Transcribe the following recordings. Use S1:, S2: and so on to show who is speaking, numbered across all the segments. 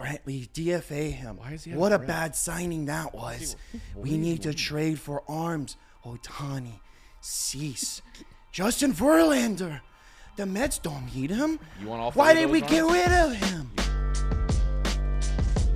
S1: Brantley, DFA him.
S2: Why is he out of
S1: what a
S2: breath?
S1: bad signing that was. we need to trade for arms. Otani, cease. Justin Verlander. The Mets don't need him.
S2: You want all
S1: Why
S2: three
S1: did
S2: of
S1: we
S2: those
S1: get
S2: arms?
S1: rid of him?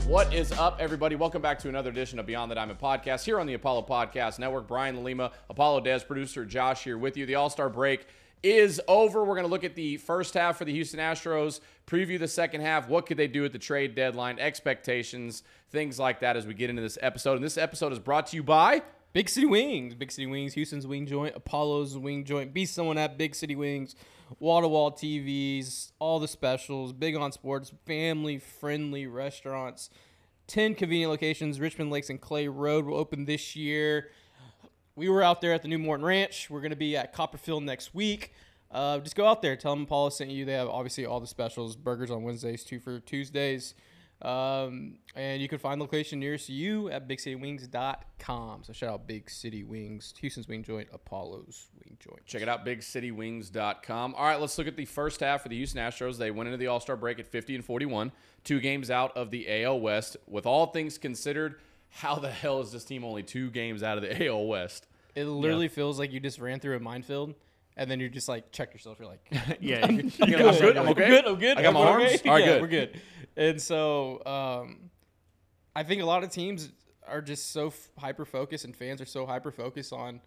S2: What is up, everybody? Welcome back to another edition of Beyond the Diamond podcast here on the Apollo Podcast Network. Brian Lima, Apollo Des, producer Josh here with you. The All Star break is over. We're going to look at the first half for the Houston Astros, preview the second half. What could they do at the trade deadline? Expectations, things like that as we get into this episode. And this episode is brought to you by.
S3: Big City Wings, Big City Wings, Houston's Wing Joint, Apollo's Wing Joint. Be someone at Big City Wings, wall to wall TVs, all the specials, big on sports, family friendly restaurants. 10 convenient locations. Richmond Lakes and Clay Road will open this year. We were out there at the New Morton Ranch. We're going to be at Copperfield next week. Uh, just go out there. Tell them Paula sent you. They have obviously all the specials burgers on Wednesdays, two for Tuesdays. Um, and you can find the location nearest you at bigcitywings.com. So shout out Big City Wings, Houston's Wing Joint, Apollo's Wing Joint.
S2: Check it out, bigcitywings.com. All right, let's look at the first half for the Houston Astros. They went into the All Star break at 50 and 41, two games out of the AL West. With all things considered, how the hell is this team only two games out of the AL West?
S3: It literally feels like you just ran through a minefield and then you're just like, check yourself. You're like,
S4: Yeah, you-
S2: I'm
S3: good.
S2: good. I'm okay.
S3: good. I'm good.
S2: I got my
S3: I'm
S2: arms.
S3: okay.
S2: All right,
S3: yeah,
S2: good.
S3: We're good. And so, um, I think a lot of teams are just so f- hyper focused, and fans are so hyper focused on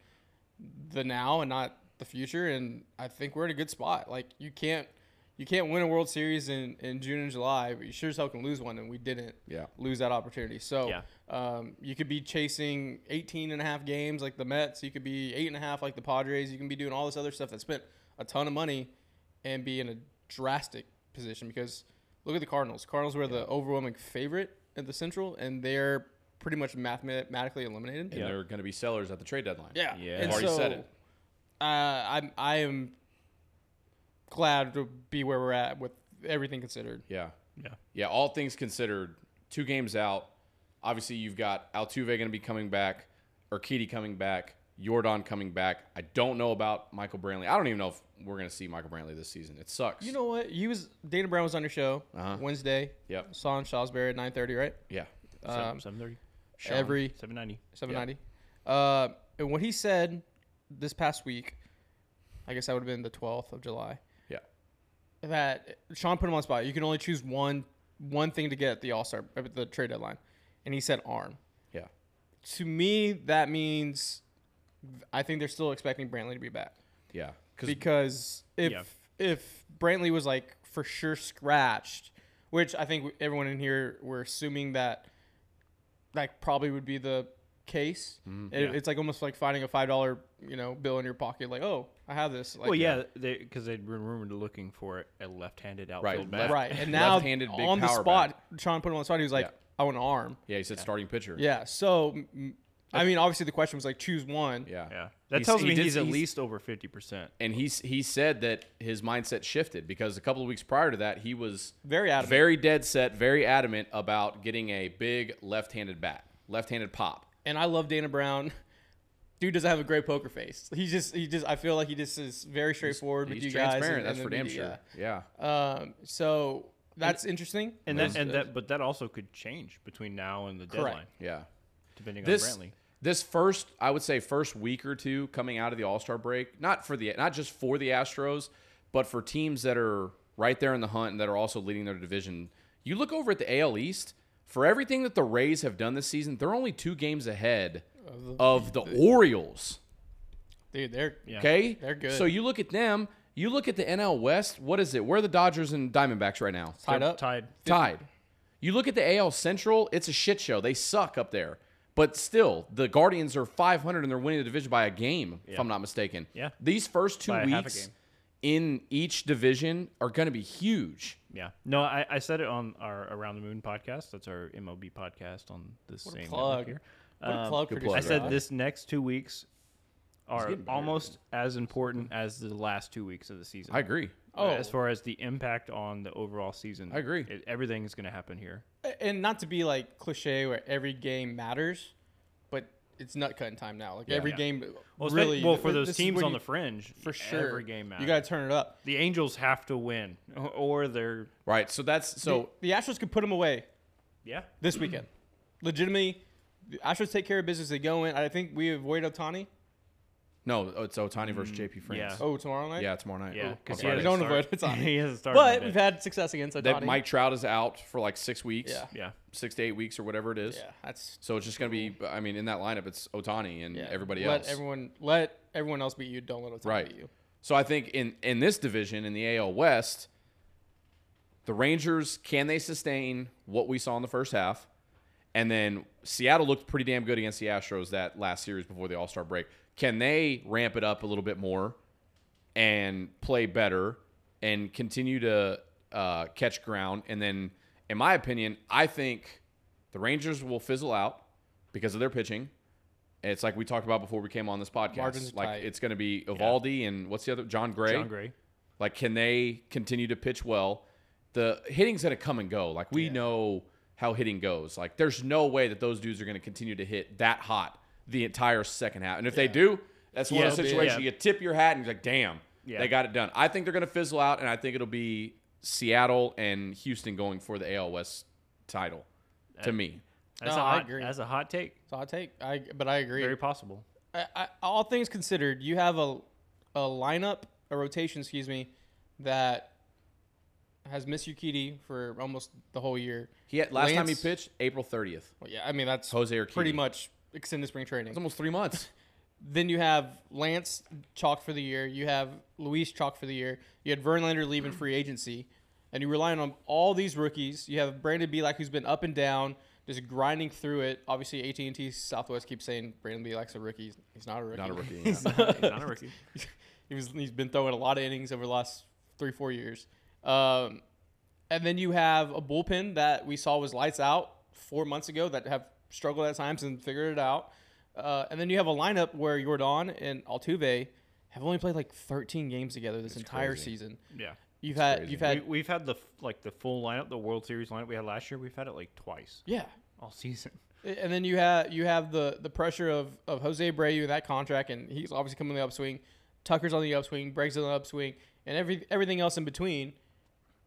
S3: the now and not the future. And I think we're in a good spot. Like you can't, you can't win a World Series in, in June and July, but you sure as hell can lose one, and we didn't
S2: Yeah.
S3: lose that opportunity. So
S4: Yeah.
S3: um, you could be chasing 18 and a half games like the Mets. You could be eight and a half like the Padres. You can be doing all this other stuff that spent a ton of money and be in a drastic position because look at the Cardinals. Cardinals were the overwhelming favorite at the Central, and they're pretty much mathematically eliminated.
S2: And they're going to be sellers at the trade deadline.
S3: Yeah.
S4: Yeah.
S3: And
S2: Already
S3: so,
S2: said it.
S3: Uh, I'm I am glad to be where we're at with everything considered.
S2: Yeah.
S4: yeah.
S2: Yeah. All things considered, two games out. Obviously, you've got Altuve going to be coming back, Urquidy coming back, Jordan coming back. I don't know about Michael Brantley. I don't even know if we're going to see Michael Brantley this season. It sucks.
S3: You know what? He was Dana Brown was on your show
S2: Uh-huh.
S3: Wednesday.
S2: Yep.
S3: Saw in Salisbury at nine thirty, right?
S2: Yeah. Uh,
S3: Um,
S4: Seven thirty.
S3: every
S4: Seven ninety.
S3: seven ninety. Uh, and what he said this past week, I guess that would have been the twelfth of July.
S2: Yeah.
S3: That Sean put him on the spot. You can only choose one one thing to get at the All Star at the trade deadline, and he said arm.
S2: Yeah.
S3: To me, that means I think they're still expecting Brantley to be back.
S2: Yeah, because
S3: because if
S4: Yeah.
S3: if Brantley was like for sure scratched, which I think everyone in here were assuming that like probably would be the case. It-
S2: Mm-hmm.
S4: Yeah.
S3: It's like almost like finding a five dollar you know bill in your pocket. Like oh, I have this. Like,
S4: Well, yeah, because they'd been rumored looking for a left-handed outfield
S2: Right,
S4: bat.
S2: left-
S3: right. And now
S2: Left-handed big
S3: on the
S2: power
S3: spot, Sean put him on the spot. He was like,
S2: Yeah.
S3: I want an arm.
S2: yeah, he said starting pitcher.
S3: Yeah. So m- I mean, obviously the question was like choose one.
S2: yeah,
S4: Yeah, that
S2: He's-
S4: tells
S2: he
S4: me
S2: did-
S4: he's at
S2: he's-
S4: least over fifty percent.
S2: And he s- he said that his mindset shifted because a couple of weeks prior to that he was
S3: Very adamant.
S2: very dead set, very adamant about getting a big left-handed bat, left-handed pop.
S3: and I love Dana Brown. Dude doesn't have a great poker face. He just, he just. I feel like he just is very straightforward
S2: He's
S3: with you guys.
S2: transparent.
S3: and-
S2: that's
S3: and
S2: for
S3: the
S2: damn
S3: media.
S2: sure. Yeah.
S3: Um, so that's interesting.
S4: And that,
S3: That's-
S4: and that, but that also could change between now and the deadline,
S2: yeah.
S4: depending
S2: This
S4: on Brantley.
S2: this first, I would say, first week or two coming out of the All Star break, not for the not just for the Astros, but for teams that are right there in the hunt and that are also leading their division. You look over at the AL East. For everything that the Rays have done this season, they're only two games ahead of the Orioles.
S3: dude, they're
S4: Mm-hmm. Yeah.
S2: Okay,
S3: They're good.
S2: So you look at them. You look at the NL West. What is it? Where are the Dodgers and Diamondbacks right now?
S3: tied
S4: They're
S3: up.
S4: Tied.
S2: Tied. You look at the AL Central. It's a shit show. They suck up there. But still, the Guardians are 500 and they're winning the division by a game, if I'm not mistaken.
S4: Yeah.
S2: These first two
S4: By a half a
S2: weeks
S4: game.
S2: in each division are going to be huge.
S4: Yeah. No, I, I said it on our Around the Moon podcast. That's our MLB podcast on the
S3: What a
S4: same network
S3: plug.
S4: here.
S3: What a plug
S2: good
S3: for
S2: plug,
S4: um, I
S3: Detroit.
S4: said
S2: Right.
S4: this next two weeks are
S2: getting better.
S4: almost as important as the last two weeks of the season.
S2: I agree.
S3: Oh.
S4: as far as the impact on the overall season,
S2: I agree.
S4: It, everything is going to happen here.
S3: and not to be like cliche where every game matters, but it's nut cutting time now. Like every
S4: Yeah.
S3: game,
S4: Well, spe-
S3: really.
S4: well for
S3: th-
S4: those
S3: this is
S4: teams
S3: where
S4: on
S3: you-
S4: the fringe,
S3: for sure,
S4: every game matters.
S3: you got to turn it up.
S4: the Angels have to win, or they're
S2: Right. So that's so
S3: The Astros could put them away.
S4: Yeah.
S3: this weekend. Legitimately, the Astros take care of business. They go in. I think we avoid Otani.
S2: No, oh, it's Otani versus JP France.
S4: Mm, yeah.
S2: Yeah,
S3: Oh, tomorrow night.
S2: tomorrow night.
S4: Yeah.
S2: Oh,
S4: Because
S2: okay.
S3: has-
S4: he
S3: We don't
S4: avoid
S3: avoid Otani.
S4: he hasn't started. in
S3: But
S4: a
S3: we've
S4: bit.
S3: had success against Otani.
S2: that Mike Trout is out for like six weeks,
S3: Yeah.
S4: Yeah.
S2: six to eight weeks or whatever it is.
S3: Yeah, that's
S2: So it's just gonna be. I mean, in that lineup, it's Otani and
S3: yeah.
S2: everybody
S3: let
S2: else.
S3: everyone let everyone else beat you. Don't let Otani
S2: Right.
S3: beat you.
S2: So I think in in this division in the AL West, the Rangers can they sustain what we saw in the first half? And then Seattle looked pretty damn good against the Astros that last series before the All Star break. Can they ramp it up a little bit more and play better and continue to uh, catch ground? And then, in my opinion, I think the Rangers will fizzle out because of their pitching. And It's like we talked about before we came on this podcast.
S3: Margins
S2: like
S3: tight.
S2: it's going to be Ivaldi and what's the other John Gray.
S4: John Gray.
S2: Like, can they continue to pitch well? The hitting's gonna come and go. Like we know how hitting goes. Like there's no way that those dudes are gonna continue to hit that hot the entire second half. And if they do, that's one of
S3: Yeah.
S2: those situations
S4: Yeah.
S2: you tip your hat and you're like, damn,
S4: Yeah.
S2: they got it done. I think they're gonna fizzle out, and I think it'll be Seattle and Houston going for the AL West title. To me,
S4: That's
S3: No,
S4: a
S3: I
S4: hot,
S3: agree.
S4: That's a hot take.
S3: So I take I, but I agree.
S4: Very possible.
S3: I, I, all things considered, you have a a lineup, a rotation, excuse me, that has Miss Yukiti for almost the whole year.
S2: he had, last time he
S3: Lance-
S2: pitched April 30th. It's
S3: Well, yeah, I mean that's
S2: Jose Urquidy.
S3: pretty much extended spring training.
S2: almost three months.
S3: Then you have Lance chalk for the year. You have Luis chalk for the year. You had Verlander leaving free agency, and you're relying on all these rookies. You have Brandon Belak who's been up and down, just grinding through it. Obviously, AT and T Southwest keeps saying Brandon Belak's a rookie. He's- He's not a rookie.
S2: Not a rookie. yeah.
S3: He's
S4: Not a rookie.
S3: he was he's been throwing a lot of innings over the last three four years. Um, and then you have a bullpen that we saw was lights out four months ago that have struggled at times and figured it out. Uh, and then you have a lineup where Jordan and Altuve have only played like 13 games together this entire
S2: crazy.
S3: season.
S4: Yeah.
S3: You've had
S2: crazy.
S3: you've had
S4: we, we've had the f- like the full lineup, the World Series lineup we had last year. We've had it like twice
S3: yeah.
S4: all season.
S3: And then you have you have the the pressure of of Jose Abreu and that contract, and he's obviously coming on the upswing. Tucker's on the upswing, Bragg's on the upswing, and every everything else in between.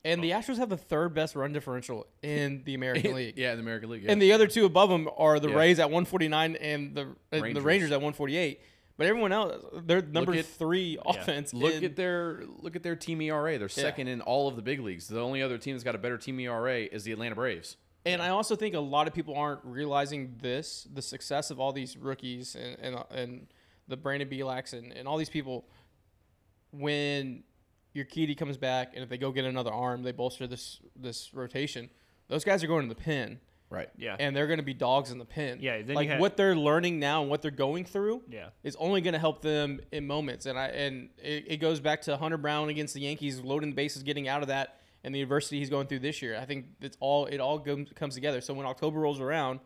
S3: And the Astros have the third best run differential in the American League,
S2: yeah, in the American League. yeah.
S3: and the other two above them are the
S2: Yeah.
S3: Rays at 149 and the and the
S2: Rangers.
S3: Rangers at 148. But everyone else, they're number
S2: at-
S3: three offense.
S2: Look
S3: in-
S2: at their look at their team ERA. They're second in all of the big leagues. The only other team that's got a better team ERA is the Atlanta Braves.
S3: And I also think a lot of people aren't realizing this the success of all these rookies and and, and the Brandon Belaks and, and all these people when your Kitty comes back and if they go get another arm, they bolster this this rotation. Those guys are going to the pen
S2: Right.
S4: Yeah.
S3: and they're going to be dogs in the pen.
S4: Yeah, then you
S3: like
S4: had-
S3: what they're learning now and what they're going through
S4: Yeah.
S3: is only going to help them in moments. And I and it, it goes back to Hunter Brown against the Yankees, loading the bases, getting out of that, and the adversity he's going through this year. I think it's all it all go, comes together. So when October rolls around,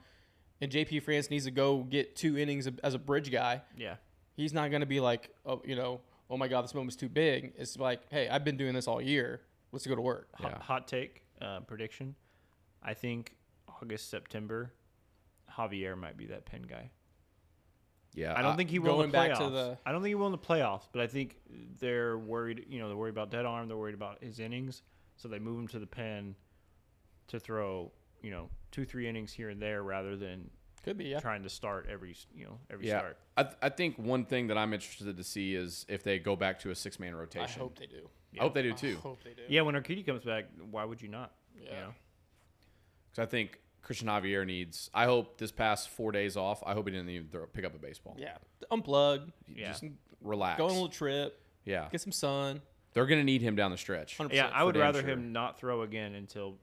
S3: and JP France needs to go get two innings as a bridge guy,
S4: yeah.
S3: he's not going to be like, oh, you know, oh my God, this moment's too big. It's like, hey, I've been doing this all year. Let's go to work.
S4: Hot, hot take uh, prediction. I think August September, Javier might be that pin guy.
S2: Yeah.
S4: I don't think he will in
S3: Uh, going
S4: the
S3: back
S4: playoffs.
S3: to the-
S4: I don't think he will in the playoffs, but I think they're worried. You know, they're worried about dead arm. They're worried about his innings, so they move him to the pen to throw. You know, two three innings here and there rather than
S3: Could be, yeah.
S4: trying to start every. s- You know, every
S2: yeah.
S4: start.
S2: I, th- I think one thing that I'm interested to see is if they go back to a six man rotation.
S3: I hope they do.
S2: I hope they do too.
S3: I hope they do.
S4: Yeah, when Urquidy comes back, why would you not? You
S3: Yeah.
S4: know?
S2: Because I think Christian Javier needs. I hope this past four days off. I hope he didn't even throw, pick up a baseball.
S3: Yeah. Unplug.
S4: Yeah.
S3: Just
S2: Relax.
S3: go on a little trip.
S2: yeah.
S3: Get some sun.
S2: They're gonna need him down the stretch.
S3: 100%.
S4: Yeah, I would
S2: damn
S4: rather
S2: sure.
S4: him not throw again until,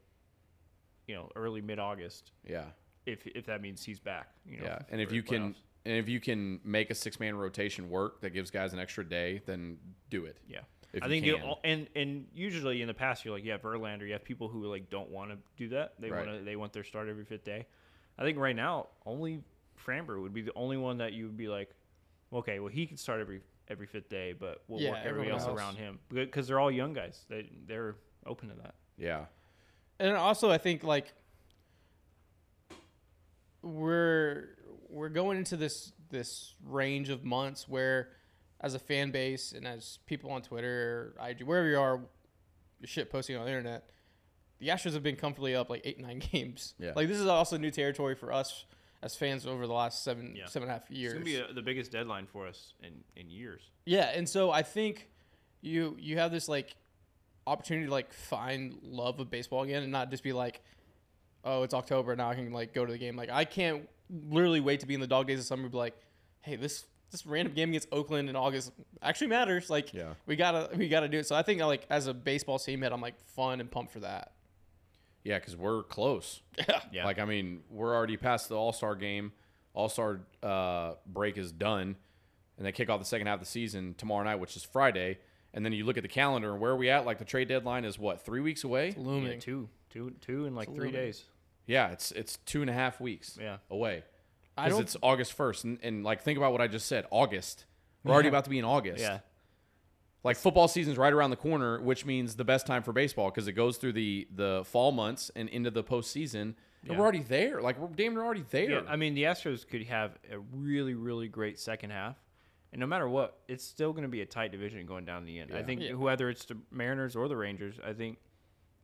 S4: you know, early mid August,
S2: Yeah.
S4: if if that means he's back. You know,
S2: Yeah. And if
S4: for
S2: you
S4: the
S2: can.
S4: playoffs.
S2: And if you can make a six-man rotation work that gives guys an extra day, then do it.
S4: Yeah.
S2: If
S4: I
S2: you
S4: think you
S2: can.
S4: all, and and usually in the past you're like yeah Verlander you have people who like don't want to do that they
S2: Right.
S4: want to they want their start every fifth day, I think right now only Framber would be the only one that you would be like, okay well he can start every every fifth day but we'll
S3: Yeah,
S4: work everybody
S3: everyone
S4: else,
S3: else.
S4: around him because they're all young guys they they're open to that
S2: Yeah.
S3: and also I think like we're we're going into this this range of months where as a fan base and as people on Twitter, IG, wherever you are, shit posting on the internet, the Astros have been comfortably up like eight nine games.
S2: Yeah.
S3: Like this is also new territory for us as fans over the last seven
S4: Yeah.
S3: seven and a half
S4: It's
S3: years.
S4: gonna be uh the biggest deadline for us in in years.
S3: Yeah, and so I think you you have this like opportunity to like find love of baseball again and not just be like, oh, it's October now I can like go to the game. Like I can't literally wait to be in the dog days of summer. and Be like, hey, this this random game against Oakland in August actually matters. Like
S2: Yeah.
S3: we gotta we gotta do it. So I think like as a baseball team head, I'm like fun and pumped for that.
S2: Yeah, because we're close.
S4: Yeah.
S2: Like, I mean, we're already past the All Star game. All Star uh, break is done, and they kick off the second half of the season tomorrow night, which is Friday. And then you look at the calendar and where are we at? Like the trade deadline is what three weeks away.
S3: Looming.
S4: Yeah, two, two, two in like three
S3: little bit.
S4: days.
S2: Yeah, it's it's two and a half weeks.
S4: Yeah.
S2: away.
S3: I
S2: Because
S3: don't-
S2: it's August first, and, and like think about what I just said. August. We're already about to be in August.
S4: Yeah,
S2: Like football season's right around the corner, which means the best time for baseball because it goes through the the fall months and into the postseason, and
S4: Yeah.
S2: we're already there. Like we're damn near already there.
S4: yeah. I mean, the Astros could have a really, really great second half, and no matter what, it's still going to be a tight division going down to the end. I think
S3: Yeah.
S4: whether it's the Mariners or the Rangers, I think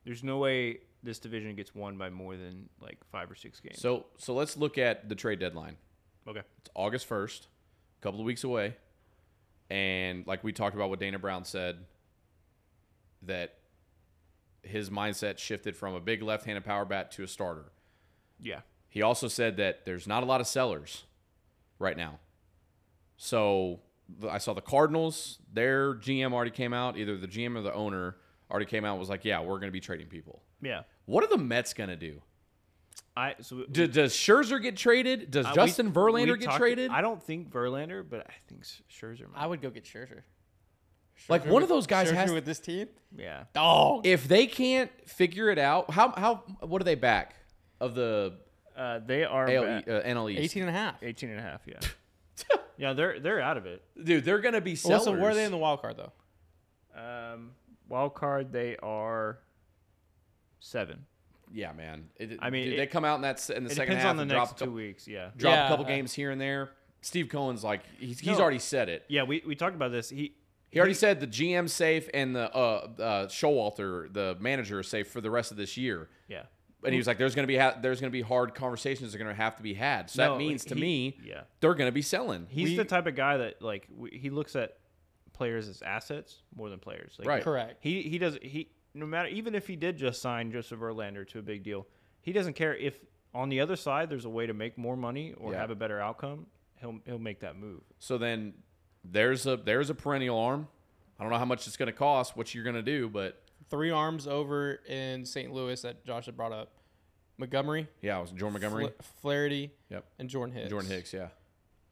S4: there's no way this division gets won by more than like five or six games.
S2: So so let's look at the trade deadline.
S4: okay,
S2: It's August first, a couple of weeks away, and like we talked about, what Dana Brown said, that his mindset shifted from a big left-handed power bat to a starter.
S4: yeah,
S2: He also said that there's not a lot of sellers right now. So the- I saw the Cardinals, their GM already came out, either the GM or the owner already came out and was like, yeah, we're going to be trading people.
S4: yeah.
S2: What are the Mets going to do?
S4: I so
S2: D- does Scherzer get traded? Does
S4: I- Uh, we-
S2: Justin
S4: we
S2: Verlander get
S4: talked-
S2: traded?
S4: I don't think Verlander, but I think S- Scherzer might.
S3: I would go get Scherzer.
S2: Like,
S3: Scherzer
S2: one
S3: with-
S2: of those guys
S3: Scherzer
S2: has-
S3: with this team.
S4: yeah,
S3: Dog.
S2: if they can't figure it out, how how what are they back of the
S4: uh, they are
S2: AL,
S4: back-
S2: uh, NL East?
S3: 18 and a half.
S4: 18 and a half, Yeah, yeah, they're they're out of it.
S2: Dude, they're gonna be
S3: Well,
S2: sellers.
S3: so where are they in the wild card though?
S4: Um, wild card, they are seven.
S2: yeah, man. It,
S4: I mean,
S2: dude,
S4: it-
S2: they come out in that s- in the
S4: It
S2: second
S4: depends
S2: half
S4: on the
S2: and
S4: next
S2: drop a
S4: two
S2: couple,
S4: weeks. Yeah,
S2: drop
S3: Yeah.
S2: a couple games here and there. Steve Cohen's like he's, he's
S4: No.
S2: already said it.
S4: yeah. We we talked about this. He
S2: He already said the GM safe and the uh, uh, Showalter, the manager, is safe for the rest of this year.
S4: yeah.
S2: And he was like, "There's going to be ha- there's going to be hard conversations that are going to have to be had." So
S4: No,
S2: that means to
S4: he-
S2: me,
S4: yeah.
S2: they're going to be selling.
S4: He's
S2: We-
S4: the type of guy that like we, he looks at players as assets more than players. Like,
S2: Right.
S3: Correct.
S4: He he does he no matter even if he did just sign Joseph Verlander to a big deal, he doesn't care if on the other side there's a way to make more money or
S2: Yeah.
S4: have a better outcome. He'll he'll make that move.
S2: So then there's a there's a perennial arm. I don't know how much it's going to cost, what you're going to do, but
S3: three arms over in St. Louis that Josh had brought up. Montgomery,
S2: yeah, it was Jordan Montgomery.
S3: Fla- Flaherty,
S2: Yep.
S3: and Jordan Hicks.
S2: Jordan Hicks, yeah.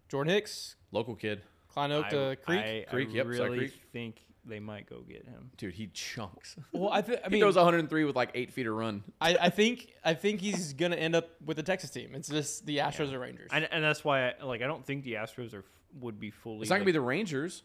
S3: Jordan Hicks,
S2: Local kid.
S3: Klein Oak to Creek.
S4: I,
S2: Creek,
S4: I
S2: yep, Cy
S4: really
S2: Creek.
S4: think they might go get him.
S2: Dude, he chunks.
S3: well, I, th- I
S2: he
S3: mean,
S2: throws 103 with like 8 feet of run.
S3: I, I think I think he's gonna end up with the Texas team. It's just the Astros or Rangers.
S4: And, and that's why I, like I don't think the Astros are f- would be fully.
S2: It's not going to be
S4: like-
S2: the Rangers.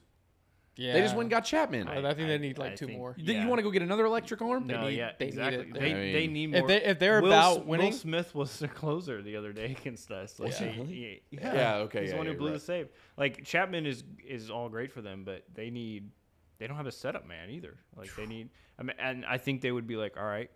S3: yeah,
S2: They just went and got Chapman.
S3: I, I think they need like
S4: I
S3: two
S4: think-
S3: more.
S2: You think
S4: yeah.
S2: You want to go get another electric arm?
S4: No,
S3: They need-
S4: yeah,
S3: they need
S4: exactly.
S3: it.
S4: They,
S2: I mean-
S4: they need
S3: If
S4: more.
S3: they- if they're
S4: Will
S3: about
S4: S-
S3: winning-
S4: Will Smith was the closer the other day against us. Like,
S3: Was he
S4: yeah.
S3: really?
S4: yeah,
S2: Yeah, okay,
S4: He's
S2: yeah,
S4: the one who
S2: you're
S4: blew
S2: right.
S4: the save. Like Chapman is is all great for them, but they need they don't have a setup man either. Like they need. I mean, and I think they would be like, all right,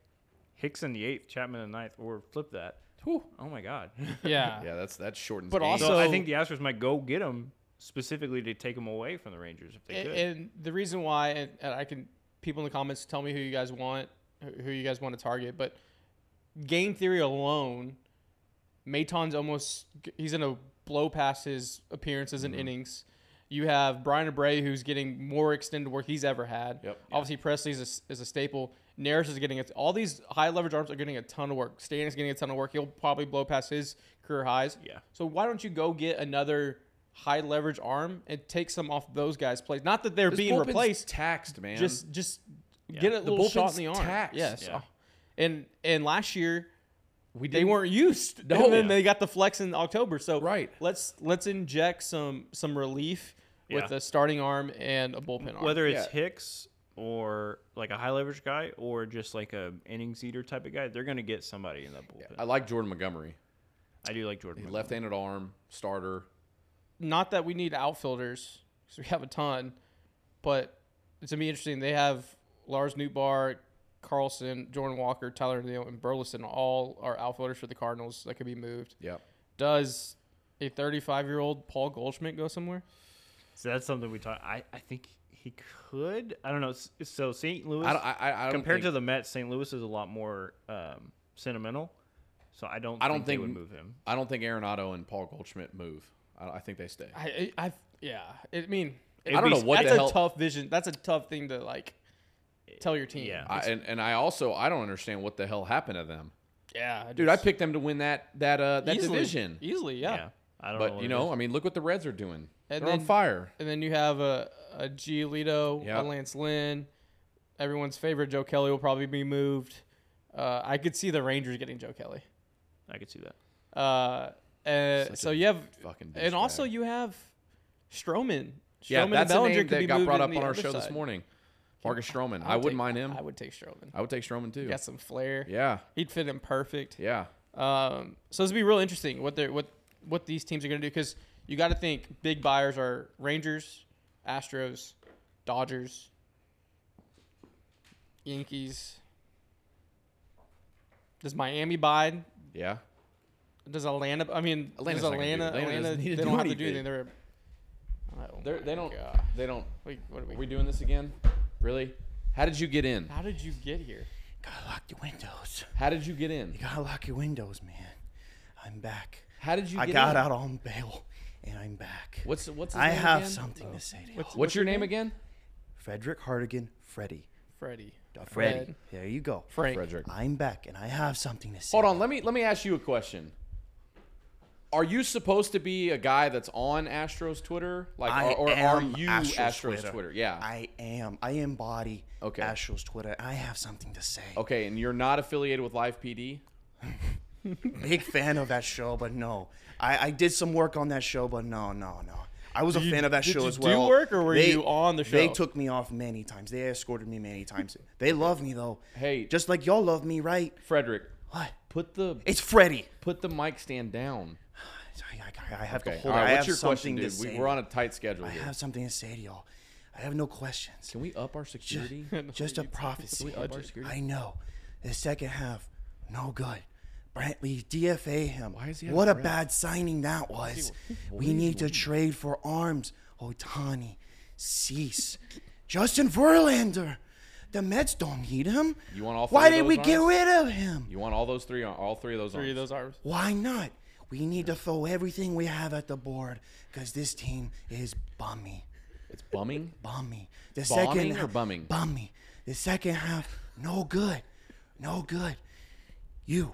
S4: Hicks in the eighth, Chapman in the ninth, or flip that.
S2: Whew.
S4: Oh my God.
S3: Yeah.
S2: Yeah, that's that shortens.
S3: But
S2: games.
S3: also-
S4: so, I think the Astros might go get him specifically to take him away from the Rangers if they
S3: and,
S4: could.
S3: and the reason why, and, and I can people in the comments tell me who you guys want, who- who you guys want to target, but game theory alone, Maton's almost he's gonna blow past his appearances
S4: Mm-hmm.
S3: and innings. You have Brian Abreu, who's getting more extended work he's ever had.
S2: Yep.
S3: Obviously, Presley is a, s- is a staple. Naris is getting a, all these high leverage arms are getting a ton of work. Stan is getting a ton of work. He'll probably blow past his career highs.
S4: Yeah.
S3: So why don't you go get another high leverage arm and take some off those guys' plays? Not that they're
S2: This
S3: being
S2: bullpen's
S3: replaced.
S2: taxed, man.
S3: Just just get a little shot
S2: bullpen's
S3: in the arm.
S2: taxed.
S3: Yes.
S4: Yeah.
S3: And and last year
S2: we
S3: they
S2: didn't-
S3: weren't used.
S2: No.
S3: And then they got the flex in October. So
S2: Right.
S3: let's let's inject some some relief with
S4: Yeah.
S3: a starting arm and a bullpen arm.
S4: whether it's
S2: Yeah.
S4: Hicks or like a high leverage guy or just like a innings eater type of guy, they're gonna get somebody in that bullpen.
S2: I like Jordan Montgomery.
S4: I do like Jordan.
S2: He
S4: Montgomery.
S2: left-handed arm starter.
S3: not that we need outfielders because we have a ton, but it's gonna be interesting. They have Lars Newbar, Carlson, Jordan Walker, Tyler Neal, and Burleson all are outfielders for the Cardinals that could be moved.
S2: Yep.
S3: Does a 35 year old Paul Goldschmidt go somewhere?
S4: So that's something we talk. I, I think he could. I don't know. S- So St. Louis
S2: I don't, I, I- I don't
S4: compared
S2: think,
S4: to the Mets, St. Louis is a lot more um, sentimental. So I don't.
S2: I don't
S4: they
S2: think-
S4: would move him.
S2: I don't think Arenado and Paul Goldschmidt move. I, I think they stay.
S3: I, I, I yeah. I mean,
S2: I don't know what
S3: that's
S2: the
S3: a
S2: hell.
S3: tough vision. That's a tough thing to like tell your team.
S4: Yeah.
S2: I, and, and I also I don't understand what the hell happened to them,
S3: yeah,
S2: dude. I picked them to win that that uh that
S3: easily,
S2: division,
S3: easily.
S4: Yeah.
S3: Yeah. Oh,
S4: I don't. know
S2: but
S4: what
S2: you
S4: it
S2: know
S4: is.
S2: I mean look what the Reds are doing.
S3: And
S2: They're on
S3: then-
S2: fire.
S3: And then you have a a Giolito,
S2: Yeah.
S3: a Lance Lynn. Everyone's favorite Joe Kelly will probably be moved. Uh, I could see the Rangers getting Joe Kelly.
S4: I could see that.
S3: Uh, uh,
S2: Such
S3: so
S2: a
S3: you have,
S2: Fucking
S3: and
S2: douchebag.
S3: also you have Stroman. Stroman
S2: yeah, that's
S3: and
S2: a
S3: Bellinger
S2: name
S3: could be
S2: that got
S3: moved
S2: brought
S3: into
S2: up
S3: the
S2: on our
S3: other
S2: show this
S3: side.
S2: morning. Marcus Stroman. I,
S3: would
S2: wouldn't
S3: take-
S2: mind him.
S3: I would take Stroman.
S2: I would take Stroman too.
S3: He got some flair.
S2: Yeah,
S3: He'd fit in perfect.
S2: yeah.
S3: Um, so it's gonna be real interesting what they are what what these teams are gonna do because you got to think big buyers are Rangers, Astros, Dodgers, Yankees. Does Miami buy?
S2: Yeah.
S3: Does Atlanta? I mean,
S2: Atlanta's not
S3: does
S2: gonna do it.
S3: Atlanta?
S2: Atlanta
S3: Atlanta,
S2: doesn't need to
S3: they
S2: do
S3: don't have to do
S2: anything.
S3: anything. They're, oh
S2: They're, they
S3: my
S2: don't.
S3: God.
S2: They don't.
S3: Wait, what are we,
S2: Are we doing this again? Really? How did you get in?
S3: How did you get here?
S1: Gotta lock your windows.
S2: How did you get in?
S1: You gotta lock your windows, man. I'm back.
S2: How did you?
S1: I
S2: Get
S1: got
S2: in?
S1: out on bail, and I'm back.
S2: What's what's? His
S1: I
S2: name
S1: have
S2: again?
S1: something to say to you.
S3: What's,
S2: What's your name again?
S1: Frederick Hardigan, Freddy.
S3: Freddie.
S1: Uh,
S3: Fred.
S1: Freddy. There you go.
S3: Frank.
S2: Frederick.
S1: I'm back, and I have something to say.
S2: Hold on. Let me let me ask you a question. Are you supposed to be a guy that's on Astros Twitter? Like,
S1: I
S2: or, or are
S1: am
S2: you
S1: Astros,
S2: Astros Twitter?
S1: Twitter.
S2: Yeah.
S1: I am. I embody
S2: Okay.
S1: Astros Twitter. I have something to say.
S2: okay, and you're not affiliated with Live PD.
S1: Big fan of that show, but no. I, I did some work on that show, but no, no, no. I was a fan of that
S3: did
S1: show
S3: you
S1: as
S3: do
S1: well.
S3: work or were you on the
S1: They
S3: show?
S1: took me off many times. They escorted me many times. they love me though.
S2: Hey.
S1: just like y'all love me, right?
S2: Frederick,
S1: What?
S2: put the
S1: It's Freddy.
S2: put the mic stand down.
S1: I, I- I have
S2: Okay.
S1: to
S2: All
S1: hold. it.
S2: right.
S1: I
S2: What's
S1: have
S2: your question,
S1: something
S2: dude?
S1: to
S2: We,
S1: say.
S2: we're on a tight schedule
S1: I
S2: here.
S1: have something to say to y'all. I have no questions.
S2: Can we up our security?
S1: Just a prophecy.
S2: up our security?
S1: I know. The second half, no good. Brantley DFA him.
S2: Why is he out of
S1: what a
S2: breath?
S1: bad signing that was. We need to trade for arms. Otani, cease. Justin Verlander. The Mets don't need him.
S2: You want all
S1: Why
S2: three
S1: did
S2: of
S1: we
S2: those
S1: get
S2: arms?
S1: rid of him?
S2: you want all those three on all three of those
S3: Three of
S2: arms?
S3: those arms.
S1: Why not? We need to throw everything we have at the board because this team is bummy.
S2: It's bumming.
S1: bummy. The
S2: Bombing
S1: second
S2: or bumming?
S1: Bummy. The second half, no good, no good. You,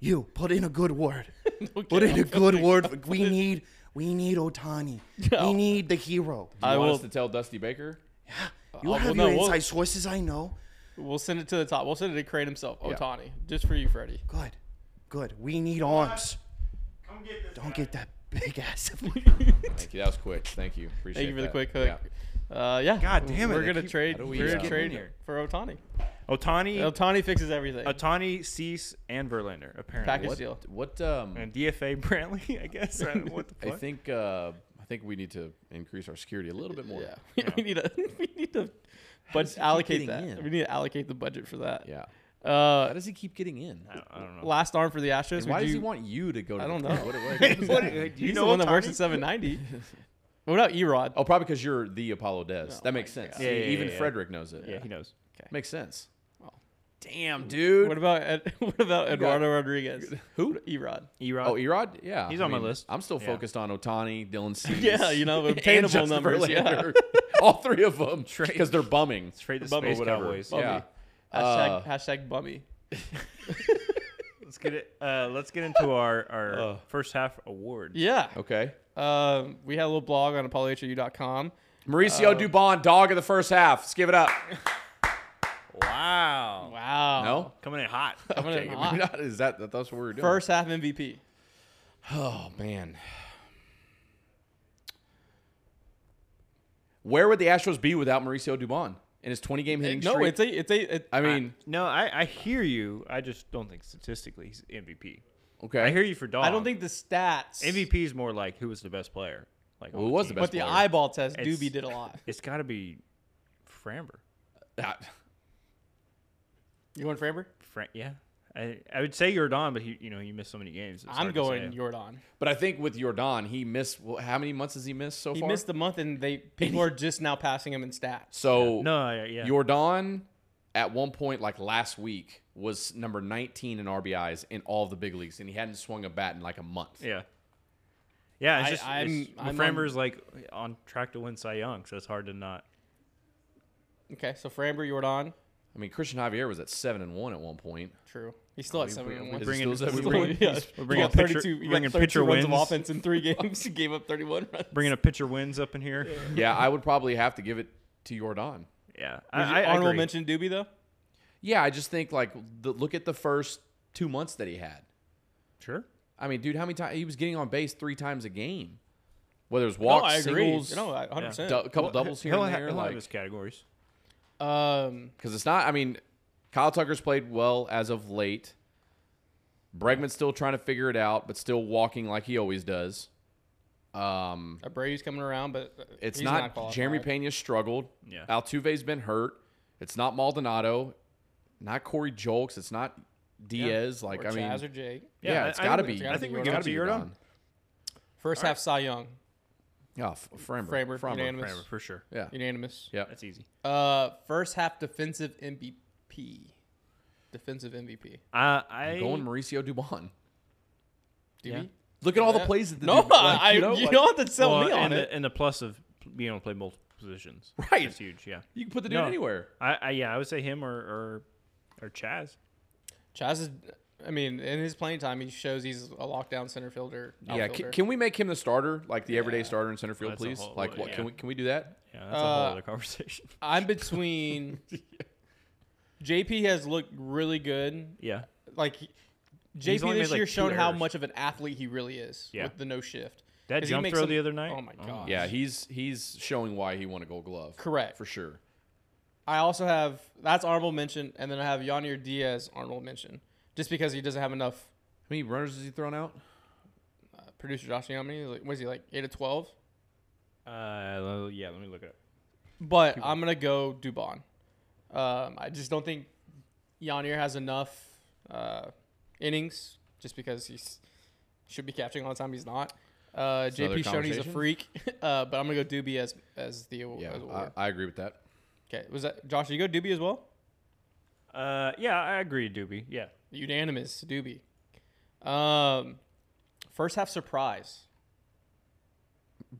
S1: you put in a good word. put in a good word. We need, we need Otani.
S3: No.
S1: We need the hero.
S2: Do you
S3: I
S2: want
S3: will-
S2: us to tell Dusty Baker?
S1: You
S3: Uh,
S1: have
S3: well, no,
S1: your
S3: we'll-
S1: inside sources. I know.
S3: We'll send it to the top. We'll send it to Crane himself, Otani, just for you, Freddie.
S1: Good, good. We need arms.
S4: Come get this.
S1: Don't get that big ass.
S2: Thank you. That was quick. Thank you. Appreciate
S3: Thank you for the
S2: that.
S3: quick
S2: Yeah.
S3: hook. Yeah. Uh, yeah.
S4: God damn it,
S3: We're
S4: they
S3: gonna
S4: keep-
S3: trade.
S2: how do we,
S3: We're
S2: uh,
S3: gonna trade
S4: get in here?
S3: for Otani.
S4: Otani,
S3: Otani fixes everything.
S4: Otani, Cease, and Verlander apparently.
S3: Package
S2: What?
S3: deal.
S2: What? Um,
S4: And DFA Brantley, I guess. I don't know what the
S2: I
S4: fuck?
S2: think. Uh, I think we need to increase our security a little bit more.
S3: Yeah. we need to. We need to.
S2: does
S3: But
S2: he keep
S3: allocate that.
S2: getting in?
S3: We need to allocate the budget for that.
S2: Yeah. How
S3: Uh,
S2: does he keep getting in?
S4: I don't, I don't know.
S3: last arm for the Astros.
S2: And why
S3: would
S2: does he
S3: you-
S2: want you to go? To
S3: I don't
S2: the-
S3: know.
S2: What, what-
S4: do you
S3: He's the
S4: know
S3: one that works
S4: Ohtani?
S3: at 790. what about Erod?
S2: oh, probably because you're the Apollo Des. that makes sense.
S4: Yeah, yeah,
S2: Even
S4: yeah, yeah.
S2: Frederick knows it.
S4: Yeah, he knows.
S2: Makes sense.
S3: Well.
S2: Damn, dude.
S3: What about Ed, what about Eduardo Rodriguez? Who? Erod.
S4: Erod.
S2: Oh, Erod? Yeah.
S4: He's on my list.
S2: I'm still
S4: Yeah.
S2: focused on Otani, Dylan Cease.
S3: Yeah, you know,
S2: and
S3: obtainable
S2: Justin
S3: numbers, yeah.
S2: Verlander. All three of them. Because they're bumming.
S4: trade the
S2: Or
S4: space
S2: whatever.
S4: Cowboys.
S2: Yeah.
S3: Hashtag,
S2: Uh,
S3: hashtag bummy.
S4: Let's get it. Uh, let's get into our our first half award.
S3: Uh. Yeah.
S2: Okay.
S3: Um, we had a little blog on apollohhu.com.
S2: Mauricio Dubon, dog of the first half. Let's give it up.
S4: Wow.
S3: Wow.
S2: No?
S4: Coming in hot.
S3: Coming in
S2: Okay,
S3: hot.
S2: maybe not. Is that that's what we we're doing?
S3: First half MVP.
S2: Oh man. Where would the Astros be without Mauricio Dubon in his 20 game hitting
S3: No,
S2: streak?
S3: it's a it's a it,
S2: I mean,
S4: No, I, I hear you. I just don't think statistically he's MVP.
S2: okay.
S4: I hear you for Dog.
S3: I don't think the stats
S4: MVP is more like who was the best player. Like
S2: Who
S4: on
S2: was the
S4: team.
S2: best
S3: but the
S2: player?
S3: eyeball test
S4: It's-
S3: Doobie did a lot.
S4: It's got to be Framber.
S2: Ah,
S3: You going Framber?
S4: Frank, yeah. I, I would say Jordan, but he, you know, he missed so many games. it's
S3: I'm
S4: hard to
S3: going
S4: say.
S3: Jordan.
S2: But I think with Jordan, he missed. Well, how many months has he missed so
S3: He
S2: far?
S3: missed the month, and they people are just now passing him in stats.
S2: so
S4: No, I- yeah.
S2: Jordan at one point, like last week, was number 19 in RBIs in all the big leagues, and he hadn't swung a bat in like a month.
S4: yeah. Yeah, it's
S3: I-
S4: just
S3: I'm-
S4: it's,
S3: I'm on-
S4: Framber's like on track to win Cy Young, so it's hard to not.
S3: Okay, so Framber, Jordan,
S2: I mean, Christian Javier was at seven and one at one point.
S3: true. He's still at seven and one.
S2: Is
S4: bring
S2: he
S4: in-
S2: still
S4: we
S2: seven and
S4: bring-
S2: one?
S3: yeah.
S4: we're bringing
S3: Well,
S4: a pitcher-
S3: 32 you
S4: bringing
S3: got 32
S4: pitcher
S3: runs of
S4: wins.
S3: offense in three games. He gave up 31 runs.
S4: Bringing a pitcher wins up in here. Yeah,
S2: Yeah, I would probably have to give it to Jordan.
S4: I,
S3: Would
S4: I-
S3: you-
S4: I
S3: honorable
S4: agree.
S3: mention Doobie though.
S2: Yeah, I just think like the, look at the first two months that he had.
S4: Sure.
S2: I mean, dude, how many times he was getting on base three times a game, whether it was walks, singles,
S3: No, 100.
S2: du-
S3: percent
S2: a couple doubles here
S4: he'll
S2: and
S4: ha-
S2: there,
S4: he'll have
S2: like
S4: his categories.
S3: Um,
S2: because it's not. I mean, Kyle Tucker's played well as of late. Bregman's still trying to figure it out, but still walking like he always does. Um,
S3: Abreu's Uh, coming around, but uh,
S2: It's
S3: he's
S2: not, Jeremy
S3: qualified.
S2: Pena struggled.
S4: Yeah.
S2: Altuve's been hurt. It's not Maldonado. Not Corey Jolks. It's not Diaz. Like
S3: or
S2: I mean,
S3: Chaz or Jake.
S2: yeah,
S4: Yeah, I-
S2: it's
S4: I
S2: got to
S4: think-
S2: be.
S4: I think we give it to Yordan.
S3: First half Cy Young,
S2: Yeah, F- Framber.
S3: Framber, unanimous,
S4: Framber, for sure.
S2: Yeah.
S3: unanimous.
S2: Yeah.
S4: That's easy.
S3: Uh, first half defensive MVP, defensive MVP.
S4: Uh, I
S2: Going Mauricio Dubon.
S3: Do
S4: Yeah.
S3: we?
S2: Look at all the
S3: Yeah.
S2: plays that the
S3: No,
S2: dude- like,
S3: I,
S2: you know,
S3: you
S2: like,
S3: don't have to sell
S4: well,
S3: me on
S4: and
S3: it.
S4: The, and the plus of being able to play multiple positions.
S2: Right.
S4: That's huge. Yeah.
S2: you can put the dude
S4: No.
S2: anywhere.
S4: I, I yeah, I would say him or or, or Chaz.
S3: Chaz is, I mean, in his playing time, he shows he's a lockdown center fielder.
S2: Yeah,
S3: outfielder.
S2: can, can we make him the starter, like the everyday
S3: Yeah.
S2: starter in center field,
S4: That's a
S2: please?
S4: whole-
S2: like, what
S4: yeah.
S2: can we can we do that?
S4: Yeah, that's a whole
S3: Uh,
S4: other conversation.
S3: I'm between. JP has looked really good.
S4: yeah.
S3: Like he-
S4: He's
S3: JP
S4: only
S3: this
S4: made, like,
S3: year
S4: two
S3: shown how
S4: errors.
S3: much of an athlete he really is
S4: Yeah.
S3: with the no shift.
S4: That
S3: 'Cause he
S4: jump
S3: makes
S4: throw
S3: some-
S4: the other night?
S3: Oh my
S4: Oh.
S3: god.
S2: Yeah, he's he's showing why he won a Gold Glove.
S3: Correct.
S2: for sure.
S3: I also have that's honorable mention, and then I have Yonier Diaz honorable mention, just because he doesn't have enough.
S2: How many runners has he thrown out?
S3: Uh, producer Josh Yami, like, what is he like eight to twelve?
S4: Uh, well, yeah. Let me look it up.
S3: But I'm gonna go Dubon. Um, I just don't think Yonier has enough uh, innings, just because he's should be catching all the time. He's not. Uh,
S2: another
S3: JP shown he's a
S2: conversation.
S3: freak, uh, but I'm gonna go Doobie as as the award.
S2: Yeah,
S3: as
S2: I,
S3: award.
S2: I agree with that.
S3: okay, was that Josh? Did you go Doobie as well?
S4: Uh, yeah, I agree, Doobie. Yeah.
S3: Unanimous Doobie. Um, first half surprise.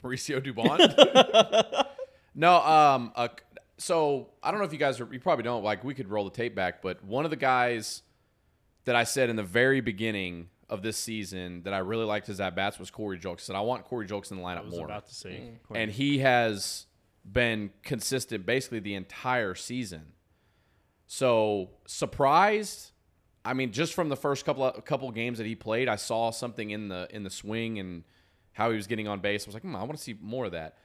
S2: Mauricio Dubon. no, um, uh, so I don't know if you guys are, you probably don't. Like, we could roll the tape back, but one of the guys that I said in the very beginning of this season that I really liked his at bats was Corey Jolks, and I want Corey Jolks in the lineup
S4: I was
S2: more.
S4: about to say. Corey.
S2: and he has been consistent basically the entire season. So surprised. I mean, just from the first couple of, couple games that he played, I saw something in the in the swing and how he was getting on base. I was like, hmm, I want to see more of that.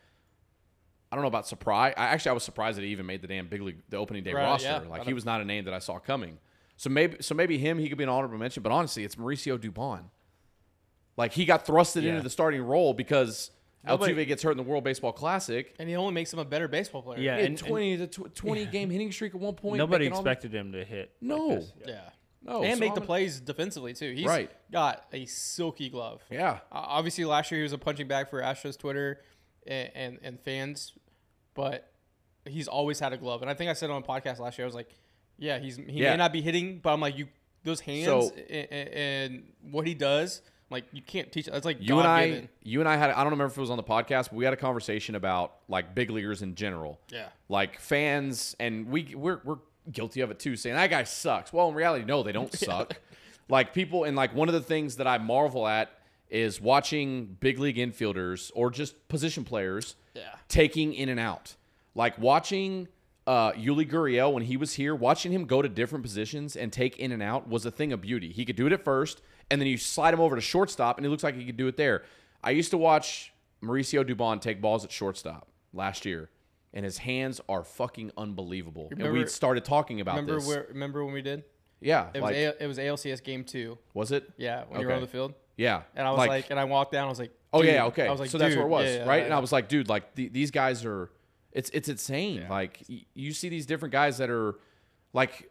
S2: I don't know about surprise. I actually I was surprised that he even made the damn big league the opening day
S3: Right,
S2: roster.
S3: yeah.
S2: Like he was not a name that I saw coming. So maybe so maybe him he could be an honorable mention. But honestly, it's Mauricio Dubon. Like he got thrusted
S4: Yeah.
S2: into the starting role because
S4: Nobody-
S2: Altuve gets hurt in the World Baseball Classic.
S3: And he only makes him a better baseball player.
S4: Yeah,
S2: He had
S4: and- and
S2: 20 to tw- 20 game hitting streak at one Mm. point.
S4: nobody
S2: making all the-
S4: expected him to hit. like
S2: No.
S4: this.
S3: Yeah.
S2: No,
S3: and
S2: so
S3: make the
S2: I'm-
S3: plays defensively too. He's
S2: Right.
S3: got a silky glove.
S2: Yeah.
S3: Uh, obviously, last year he was a punching bag for Astros Twitter and, and and fans, but he's always had a glove. And I think I said on a podcast last year, I was like, "Yeah, he's he
S2: Yeah.
S3: may not be hitting, but I'm like, you those hands
S2: So-
S3: a- a- and, what he does, I'm like you can't teach. That's like
S2: You and I,
S3: God-given.
S2: you and I had. I don't remember if it was on the podcast, but we had a conversation about like big leaguers in general.
S3: Yeah.
S2: Like fans, and we we're we're guilty of it too, saying that guy sucks. Well, in reality, no, they don't suck. Like people, and like one of the things that I marvel at is watching big league infielders or just position players
S3: Yeah.
S2: taking in and out. Like watching uh, Yuli Gurriel when he was here, watching him go to different positions and take in and out was a thing of beauty. He could do it at first, and then you slide him over to shortstop, and it looks like he could do it there. I used to watch Mauricio Dubon take balls at shortstop last year, and his hands are fucking unbelievable. and we
S3: Remember-
S2: started talking about
S3: Remember
S2: this.
S3: where? Remember when we did?
S2: yeah,
S3: It was
S2: like, was,
S3: a, it was ALCS game two.
S2: it?
S3: Yeah, when you were on
S2: Okay.
S3: the field.
S2: Yeah,
S3: And I was like, and I walked down. I was like,
S2: Oh
S3: dude.
S2: yeah, okay.
S3: I was like,
S2: so that's where it
S3: dude,
S2: was,
S3: yeah, yeah,
S2: right?
S3: yeah.
S2: And I was like, dude, like the, these guys are, it's it's insane. Like y- you see these different guys that are, like,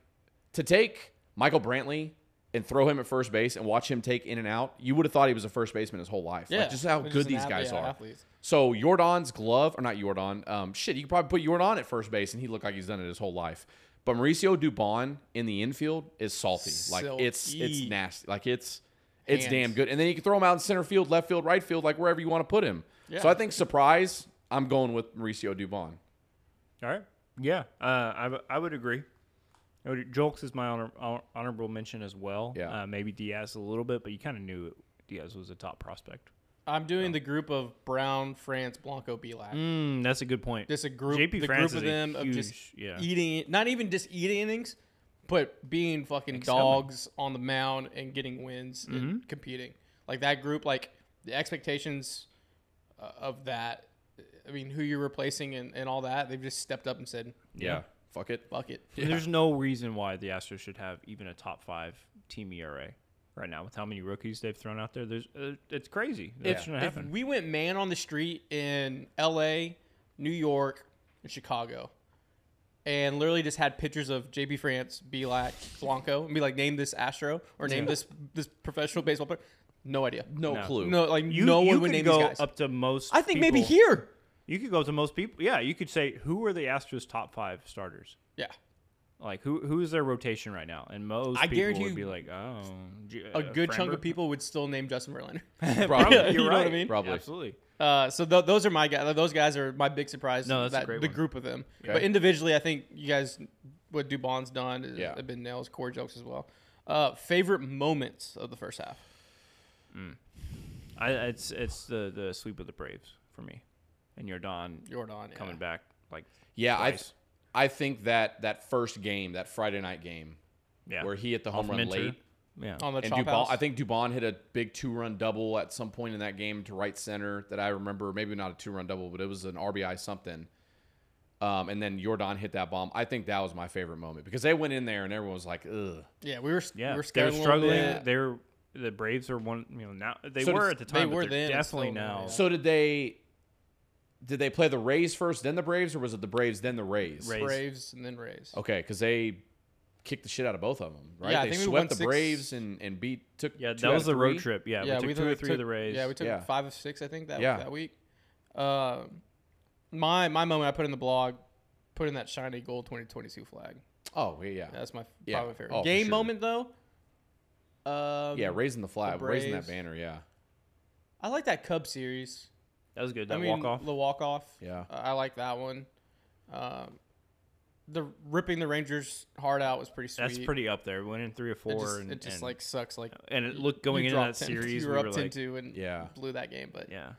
S2: to take Michael Brantley and throw him at first base and watch him take in and out, you would have thought he was a first baseman his whole life. Like, just how
S3: Which is
S2: good
S3: an
S2: these
S3: ath-
S2: guys
S3: yeah,
S2: are.
S3: athletes.
S2: So Jordan's glove, or not Jordan, um, shit, you could probably put Jordan at first base and he looked like he's done it his whole life. But Mauricio Dubon in the infield is salty. Like it's it's
S3: Silky.
S2: nasty. Like it's it's
S3: Hands.
S2: damn good. And then you can throw him out in center field, left field, right field, like wherever you want to put him. So
S3: Yeah.
S2: I think surprise, I'm going with Mauricio Dubon.
S4: All right. Yeah, uh, I, w- I would agree. I would, Jolks is my honor, honor, honorable mention as well.
S2: Yeah.
S4: Uh, maybe Diaz a little bit, but you kind of knew Diaz was a top prospect.
S3: I'm doing the group of Brown, France, Blanco, Belak.
S4: Mm, that's a good point.
S3: Just a group,
S4: JP
S3: the
S4: France
S3: group of
S4: is a
S3: them of just E
S4: huge- yeah.
S3: eating, not even just eating innings, but being fucking dogs on the mound and getting wins
S2: Mm-hmm.
S3: and competing. Like that group, like the expectations uh, of that. I mean, who you're replacing and, and all that. They've just stepped up and said,
S2: Yeah. Fuck it.
S3: "Fuck it."
S4: There's no reason why the Astros should have even a top five team ERA right now with how many rookies they've thrown out there. There's uh, it's crazy. That shouldn't
S3: If
S4: happen.
S3: we went man on the street in L.A., New York, and Chicago, and literally just had pictures of JB France, be like Blanco, and be like, name this Astro or name this this professional baseball player, no idea,
S2: No,
S4: No.
S2: clue.
S3: no, like
S4: You,
S3: no
S4: you
S3: one would
S4: could
S3: name
S4: go
S3: these guys.
S4: up to most.
S3: I think maybe
S4: people-
S3: here,
S4: You could go to most people. Yeah, you could say who are the Astros top five starters.
S3: yeah,
S4: Like who who is their rotation right now? And most
S3: I
S4: people
S3: guarantee
S4: would
S3: you
S4: be like, oh, J-
S3: a
S4: uh,
S3: good chunk
S4: Framber-
S3: of people would still name Justin Verlander.
S2: Probably.
S4: You're
S3: You know
S4: right.
S3: what I mean?
S2: Probably.
S4: Absolutely.
S3: Uh, so th- those are my guys. Those guys are my big surprise.
S4: No, that's a
S3: that,
S4: great
S3: the
S4: one.
S3: group of them.
S2: Okay.
S3: But individually, I think you guys what Dubon's done has
S2: Yeah.
S3: have been nails. Core jokes as well. Uh, favorite moments of the first half.
S4: I, it's it's the the sweep of the Braves for me, and your Don
S3: Jordan yeah.
S4: coming back like
S2: Yeah, I,
S4: Twice.
S2: I think that that first game, that Friday night game,
S4: yeah
S2: where he hit the home
S4: Off
S2: run
S4: Minter.
S2: late,
S4: Yeah.
S3: on the
S2: and
S3: chop
S2: Dubon,
S3: house.
S2: I think Dubon hit a big two-run double at some point in that game to right center that I remember. Maybe not a two-run double, but it was an RBI something. Um, and then Jordan hit that bomb. I think that was my favorite moment because they went in there and everyone was like, "Ugh."
S3: yeah, we were
S4: Yeah,
S3: we were
S4: they were
S3: scared
S4: struggling.
S2: bit.
S4: They were the Braves are one. You know now they
S2: So
S4: were
S2: does-
S4: at the
S3: they
S4: time. but
S3: were
S4: they're
S3: then, and
S4: Definitely
S3: still now,
S4: now.
S3: yeah.
S2: So did they? Did they play the Rays first, then the Braves, or was it the Braves then the Rays?
S4: Rays.
S3: Braves and then Rays.
S2: Okay, because they kicked the shit out of both of them, right?
S3: Yeah, I
S2: they
S3: think we
S2: swept
S3: won
S2: the
S3: six-
S2: Braves and and beat took.
S4: Yeah,
S2: two
S4: that
S2: out
S4: was
S2: of
S4: the road
S2: three.
S4: trip. Yeah,
S3: yeah,
S4: we took two
S3: took-
S4: or three of the
S3: took-
S4: Rays.
S3: Yeah, we took
S2: Yeah.
S3: five of six, I think that
S2: Yeah.
S3: that week. Uh, my my moment I put in the blog, put in that shiny gold 2022 flag.
S2: Oh yeah, yeah,
S3: That's my
S2: Yeah.
S3: probably favorite
S2: Oh, for
S3: game
S2: sure.
S3: moment though. Um,
S2: yeah. Raising the flag,
S3: the
S2: raising that
S3: Braves.
S2: banner. Yeah,
S3: I like that Cub series.
S4: that was good.
S3: I
S4: That
S3: mean,
S4: walk off.
S3: the walk off.
S2: Yeah.
S3: I like that one. Um, the ripping the Rangers heart out was pretty sweet.
S4: That's pretty up there. We went in three or four,
S3: It just,
S4: and
S3: it just
S4: and,
S3: like sucks. Like
S4: and it looked going
S3: you
S4: into that
S3: dropped 10
S4: series.
S3: you
S4: We
S3: were
S4: were
S3: up ten
S4: like,
S3: two and
S2: Yeah.
S3: blew that game. But
S4: yeah,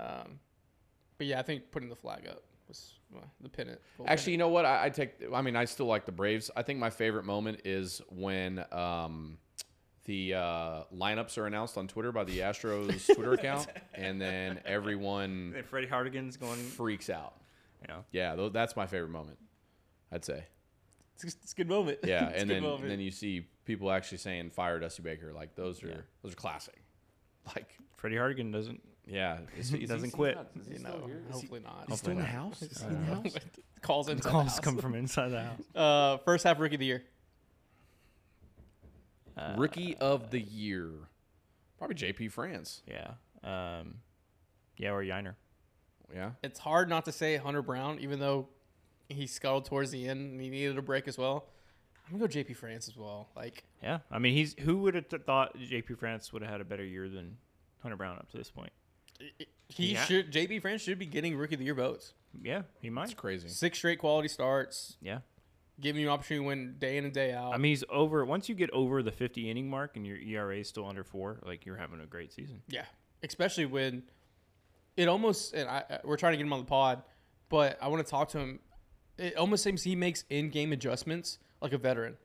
S3: um, but yeah, I think putting the flag up was uh, the pennant. gold
S2: Actually, you know what? I, I take. I mean, I still like the Braves. I think my favorite moment is when um, the uh, lineups are announced on Twitter by the Astros Twitter account, and then everyone
S4: and Freddie Hardigan's going.
S2: freaks out.
S4: You know,
S2: Yeah, tho- that's my favorite moment. I'd say.
S3: pennant. It's, it's a good moment.
S2: Yeah,
S3: it's
S2: and
S3: a good
S2: then
S3: moment.
S2: and then you see people actually saying "fire Dusty Baker." Like those are those are classic. Like
S4: Freddie Hardigan doesn't.
S2: yeah, is he- is
S4: Doesn't
S2: he's
S4: quit.
S2: not- is he
S3: you
S2: still
S3: know,
S2: here? Is he-
S3: hopefully not.
S2: He's still in the house. Is he in the house?
S3: calls into the
S4: Calls
S3: house.
S4: come from inside the house.
S3: Uh, first half rookie of the year.
S2: Rookie of the year, probably JP France.
S4: Yeah. Um, yeah, or Yiner.
S2: Yeah,
S3: It's hard not to say Hunter Brown, even though he scuttled towards the end and he needed a break as well. I'm gonna go JP France as well. Like
S4: Yeah, I mean, he's who would have thought JP France would have had a better year than Hunter Brown up to this point?
S3: i- i- he
S4: Yeah.
S3: should, JP France should be getting rookie of the year votes.
S4: Yeah, he might.
S2: it's crazy.
S3: Six straight quality starts,
S4: Yeah,
S3: giving you an opportunity to win day in and day out.
S4: I mean, he's over. Once you get over the 50 inning mark and your ERA is still under four, like you're having a great season.
S3: Yeah, especially when it almost and I I- we're trying to get him on the pod, but I want to talk to him. It almost seems he makes in-game adjustments like a veteran,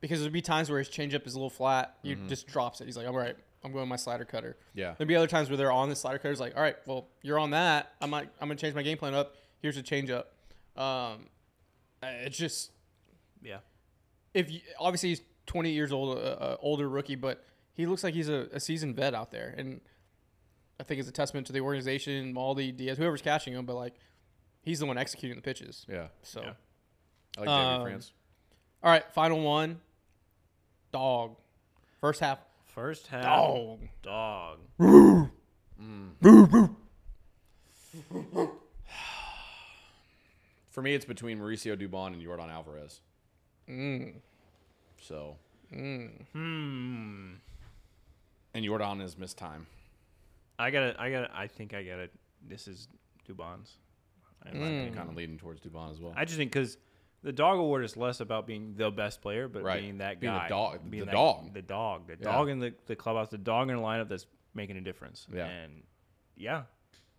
S3: because there'd be times where his changeup is a little flat. He just drops it. He's like, "All right, I'm going my slider cutter."
S2: Yeah.
S3: There'd be other times where they're on the slider cutter. He's like, "All right, well, you're on that. I'm not, I'm gonna change my game plan up. Here's a changeup." Um, uh, it's just
S4: Yeah,
S3: if you, obviously he's 20 years old, uh, uh, older rookie, but he looks like he's a, a seasoned vet out there, and I think it's a testament to the organization, Maldi, Diaz, whoever's catching him. But like, he's the one executing the pitches.
S2: Yeah,
S3: So,
S4: Yeah.
S2: I like JP
S3: Um,
S2: France.
S3: all right, final one. Dog. First half.
S4: First half.
S3: Dog.
S4: Dog.
S2: For me, it's between Mauricio Dubon and Jordan Alvarez.
S3: Mm.
S2: So. Hmm. And Jordan has missed time.
S4: I gotta. I gotta. I think I gotta. This is Dubon's. In
S2: Hmm.
S4: my opinion.
S3: Mm.
S2: Kind of leaning towards Dubon as well.
S4: I just think because the dog award is less about being the best player, but
S2: Right.
S4: being that
S2: Being the
S4: guy,
S2: dog- the
S4: that-
S2: dog.
S4: the dog, the dog in the, the clubhouse, the dog in the lineup that's making a difference.
S2: Yeah.
S4: and yeah,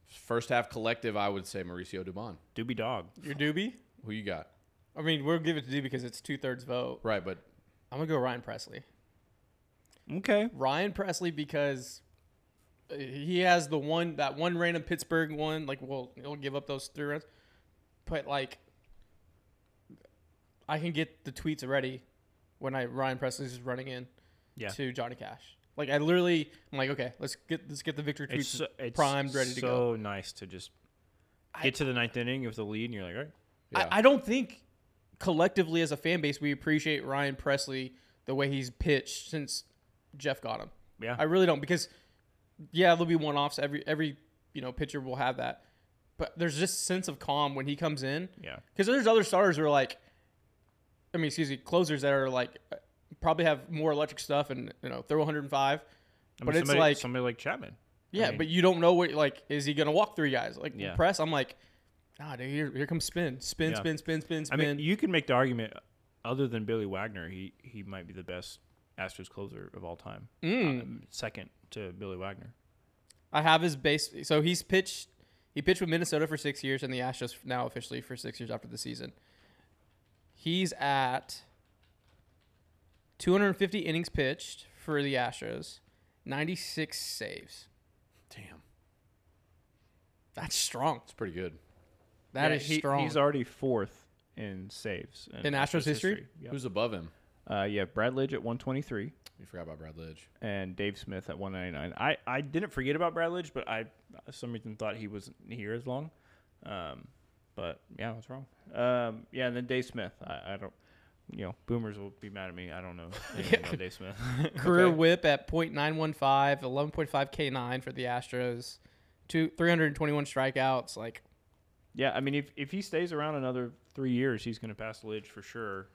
S2: First half collective, I would say Mauricio Dubon.
S4: Doobie Dog.
S3: Your doobie?
S2: Who you got?
S3: I mean, we'll give it to D because it's two thirds vote.
S2: Right, but
S3: I'm gonna go Ryan Presley.
S4: Okay,
S3: Ryan Presley because uh, he has the one that one random Pittsburgh one. Like, well, he'll give up those three runs, but like, I can get the tweets already when I Ryan Presley's just running in
S4: Yeah.
S3: to Johnny Cash. Like, I literally, I'm like, okay, let's get let's get the victory tweets
S4: it's, so- it's
S3: primed, ready
S4: so
S3: to go.
S4: nice to just get to the ninth inning with the lead, and you're like, all right,
S2: yeah.
S3: I, I don't think collectively as a fan base we appreciate Ryan Presley the way he's pitched since Jeff got him.
S4: yeah,
S3: I really don't because yeah, there'll be one offs. Every every you know pitcher will have that, but there's just sense of calm when he comes in.
S4: yeah,
S3: Because there's other starters who are like, I mean, excuse me, closers that are like uh, probably have more electric stuff and you know throw 105,
S4: I mean,
S3: but it's
S4: somebody,
S3: like
S4: somebody like Chapman.
S3: yeah, but you don't know what like is he gonna walk three guys like
S4: Yeah.
S3: press? I'm like, nah, dude, here, here comes spin, spin,
S4: Yeah.
S3: spin, spin, spin,
S4: I
S3: spin.
S4: mean, you can make the argument other than Billy Wagner, he he might be the best Astros closer of all time,
S3: Mm.
S4: Um, second to Billy Wagner.
S3: I have his base. So he's pitched. He pitched with Minnesota for six years, and the Astros now officially for six years after the season. He's at 250 innings pitched for the Astros, 96 saves.
S2: damn,
S3: That's strong.
S2: it's pretty good.
S3: That
S4: Yeah,
S3: is
S4: he-
S3: strong.
S4: He's already fourth in saves
S3: In Astros history?
S4: Yep.
S2: Who's above him?
S4: Uh, yeah, Brad Lidge at 123
S2: You forgot about Brad Lidge.
S4: and Dave Smith at 199. I, I didn't forget about Brad Lidge, but I for some reason thought he wasn't here as long. Um, but yeah, I was wrong. Um, yeah, and then Dave Smith. I, I don't, you know, boomers will be mad at me. I don't know anything about Dave Smith.
S3: Career whip at .915, 11.5 K9 for the Astros, two 321 strikeouts. Like
S4: yeah, I mean, if, if he stays around another three years, he's going to pass Lidge for sure.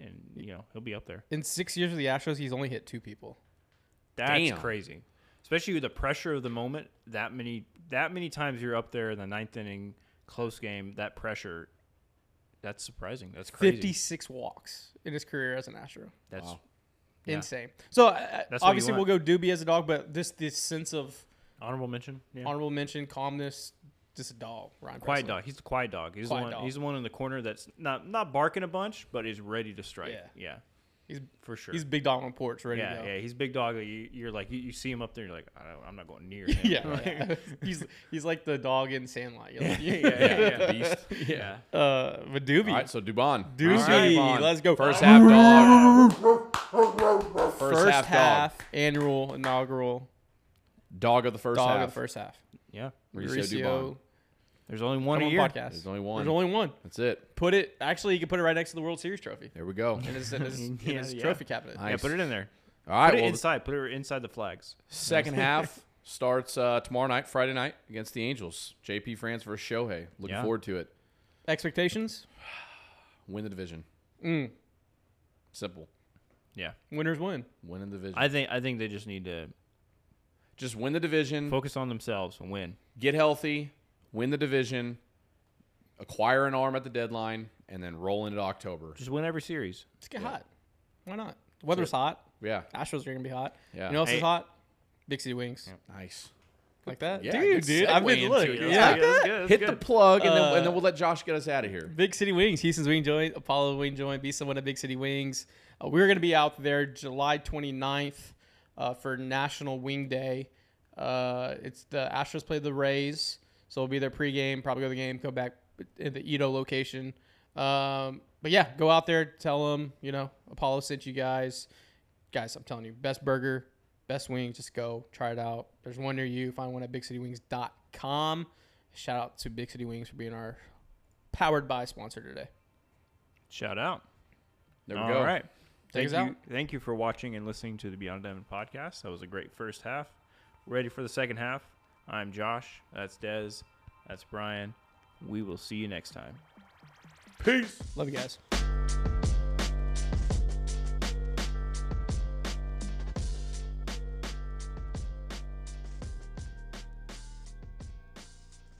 S4: And, you know, he'll be up there.
S3: in six years of the Astros, he's only hit two people.
S4: That's
S2: Damn.
S4: crazy. Especially with the pressure of the moment, that many that many times you're up there in the ninth inning, close game, that pressure that's surprising. That's crazy.
S3: 56 walks in his career as an Astro.
S4: That's
S2: Wow.
S4: Yeah.
S3: Insane. So uh,
S4: That's what you
S3: obviously we'll go Doobie as a dog, but this this sense of
S4: honorable mention. Yeah.
S3: honorable mention, calmness, just a dog. Ryan
S4: quiet
S3: Presley.
S4: dog. He's the quiet dog. He's
S3: Quiet
S4: the one
S3: dog.
S4: he's the one in the corner that's not not barking a bunch, but is ready to strike.
S3: Yeah.
S4: Yeah.
S3: He's
S4: For sure.
S3: he's big dog on the porch, ready
S4: yeah,
S3: to go.
S4: yeah, he's big dog. that You, you're like you, you see him up there. You're like, I don't, I'm not going near him.
S3: Yeah, yeah. he's he's like the dog in Sandlot. You're like,
S4: yeah, yeah, yeah.
S2: Beast.
S4: yeah.
S3: Uh, but Doobie,
S2: All right, so Dubon.
S3: Doobie,
S2: All right, Dubon.
S3: let's go.
S2: First half dog. First,
S3: first,
S2: half,
S3: half, annual inaugural
S2: dog. Dog of the first
S3: dog
S2: half.
S3: of the first half.
S4: Yeah.
S2: Mauricio
S3: Mauricio,
S2: Dubon.
S4: There's only one
S3: come
S4: a
S3: on
S4: year.
S3: podcast.
S2: There's only one.
S3: There's only one.
S2: That's it.
S3: Put it. Actually, you could put it right next to the World Series trophy
S2: There we go.
S3: in his, in his, in
S4: Yeah,
S3: his
S4: yeah.
S3: trophy cabinet.
S2: Nice.
S4: Yeah, put it in there.
S2: All right.
S4: put it
S2: well,
S4: inside. Put it inside the flags.
S2: Second half starts uh, tomorrow night, Friday night against the Angels. JP France versus Shohei. Looking
S4: Yeah.
S2: forward to it.
S3: Expectations.
S2: Win the division.
S4: Mm.
S2: Simple.
S4: Yeah.
S3: Winners win.
S2: Win the division.
S4: I think I think they just need to
S2: Just win the division.
S4: focus on themselves and win.
S2: Get healthy. Win the division. Acquire an arm at the deadline, and then roll into October.
S4: Just win every series.
S3: Let's get hot. Why not? The weather's hot.
S2: Yeah.
S3: Astros are gonna be hot.
S2: Yeah.
S3: You know what else
S4: Hey.
S3: is hot? Big City Wings.
S2: Nice.
S3: Like that?
S2: Yeah,
S3: dude,
S2: good
S3: dude.
S2: segue
S3: I've been
S2: into
S3: looking.
S2: it.
S3: Yeah.
S2: Like that. Hit the plug, and,
S4: Uh,
S2: then, and then we'll let Josh get us out of here.
S3: Big City Wings, Houston's Wing Joint, Apollo Wing Joint, be someone at Big City Wings. Uh, we're going to be out there July 29th uh, for National Wing Day. Uh, it's the Astros play the Rays, so we'll be there pregame, probably go to the game, go back in the Edo location. Um, but yeah, go out there, tell them, you know, Apollo sent you guys. Guys, I'm telling you, best burger, best wings, just go try it out. There's one near you. Find one at bigcitywings.com. Shout out to Big City Wings for being our powered by sponsor today.
S4: Shout out.
S2: There we
S4: All
S2: go.
S4: right.
S3: Take
S4: Thank
S3: us
S4: you,
S3: out.
S4: thank you for watching and listening to the Beyond Diamond podcast. That was a great first half. Ready for the second half? I'm Josh. That's Dez. That's Brian. We will see you next time.
S2: Peace.
S3: Love you guys.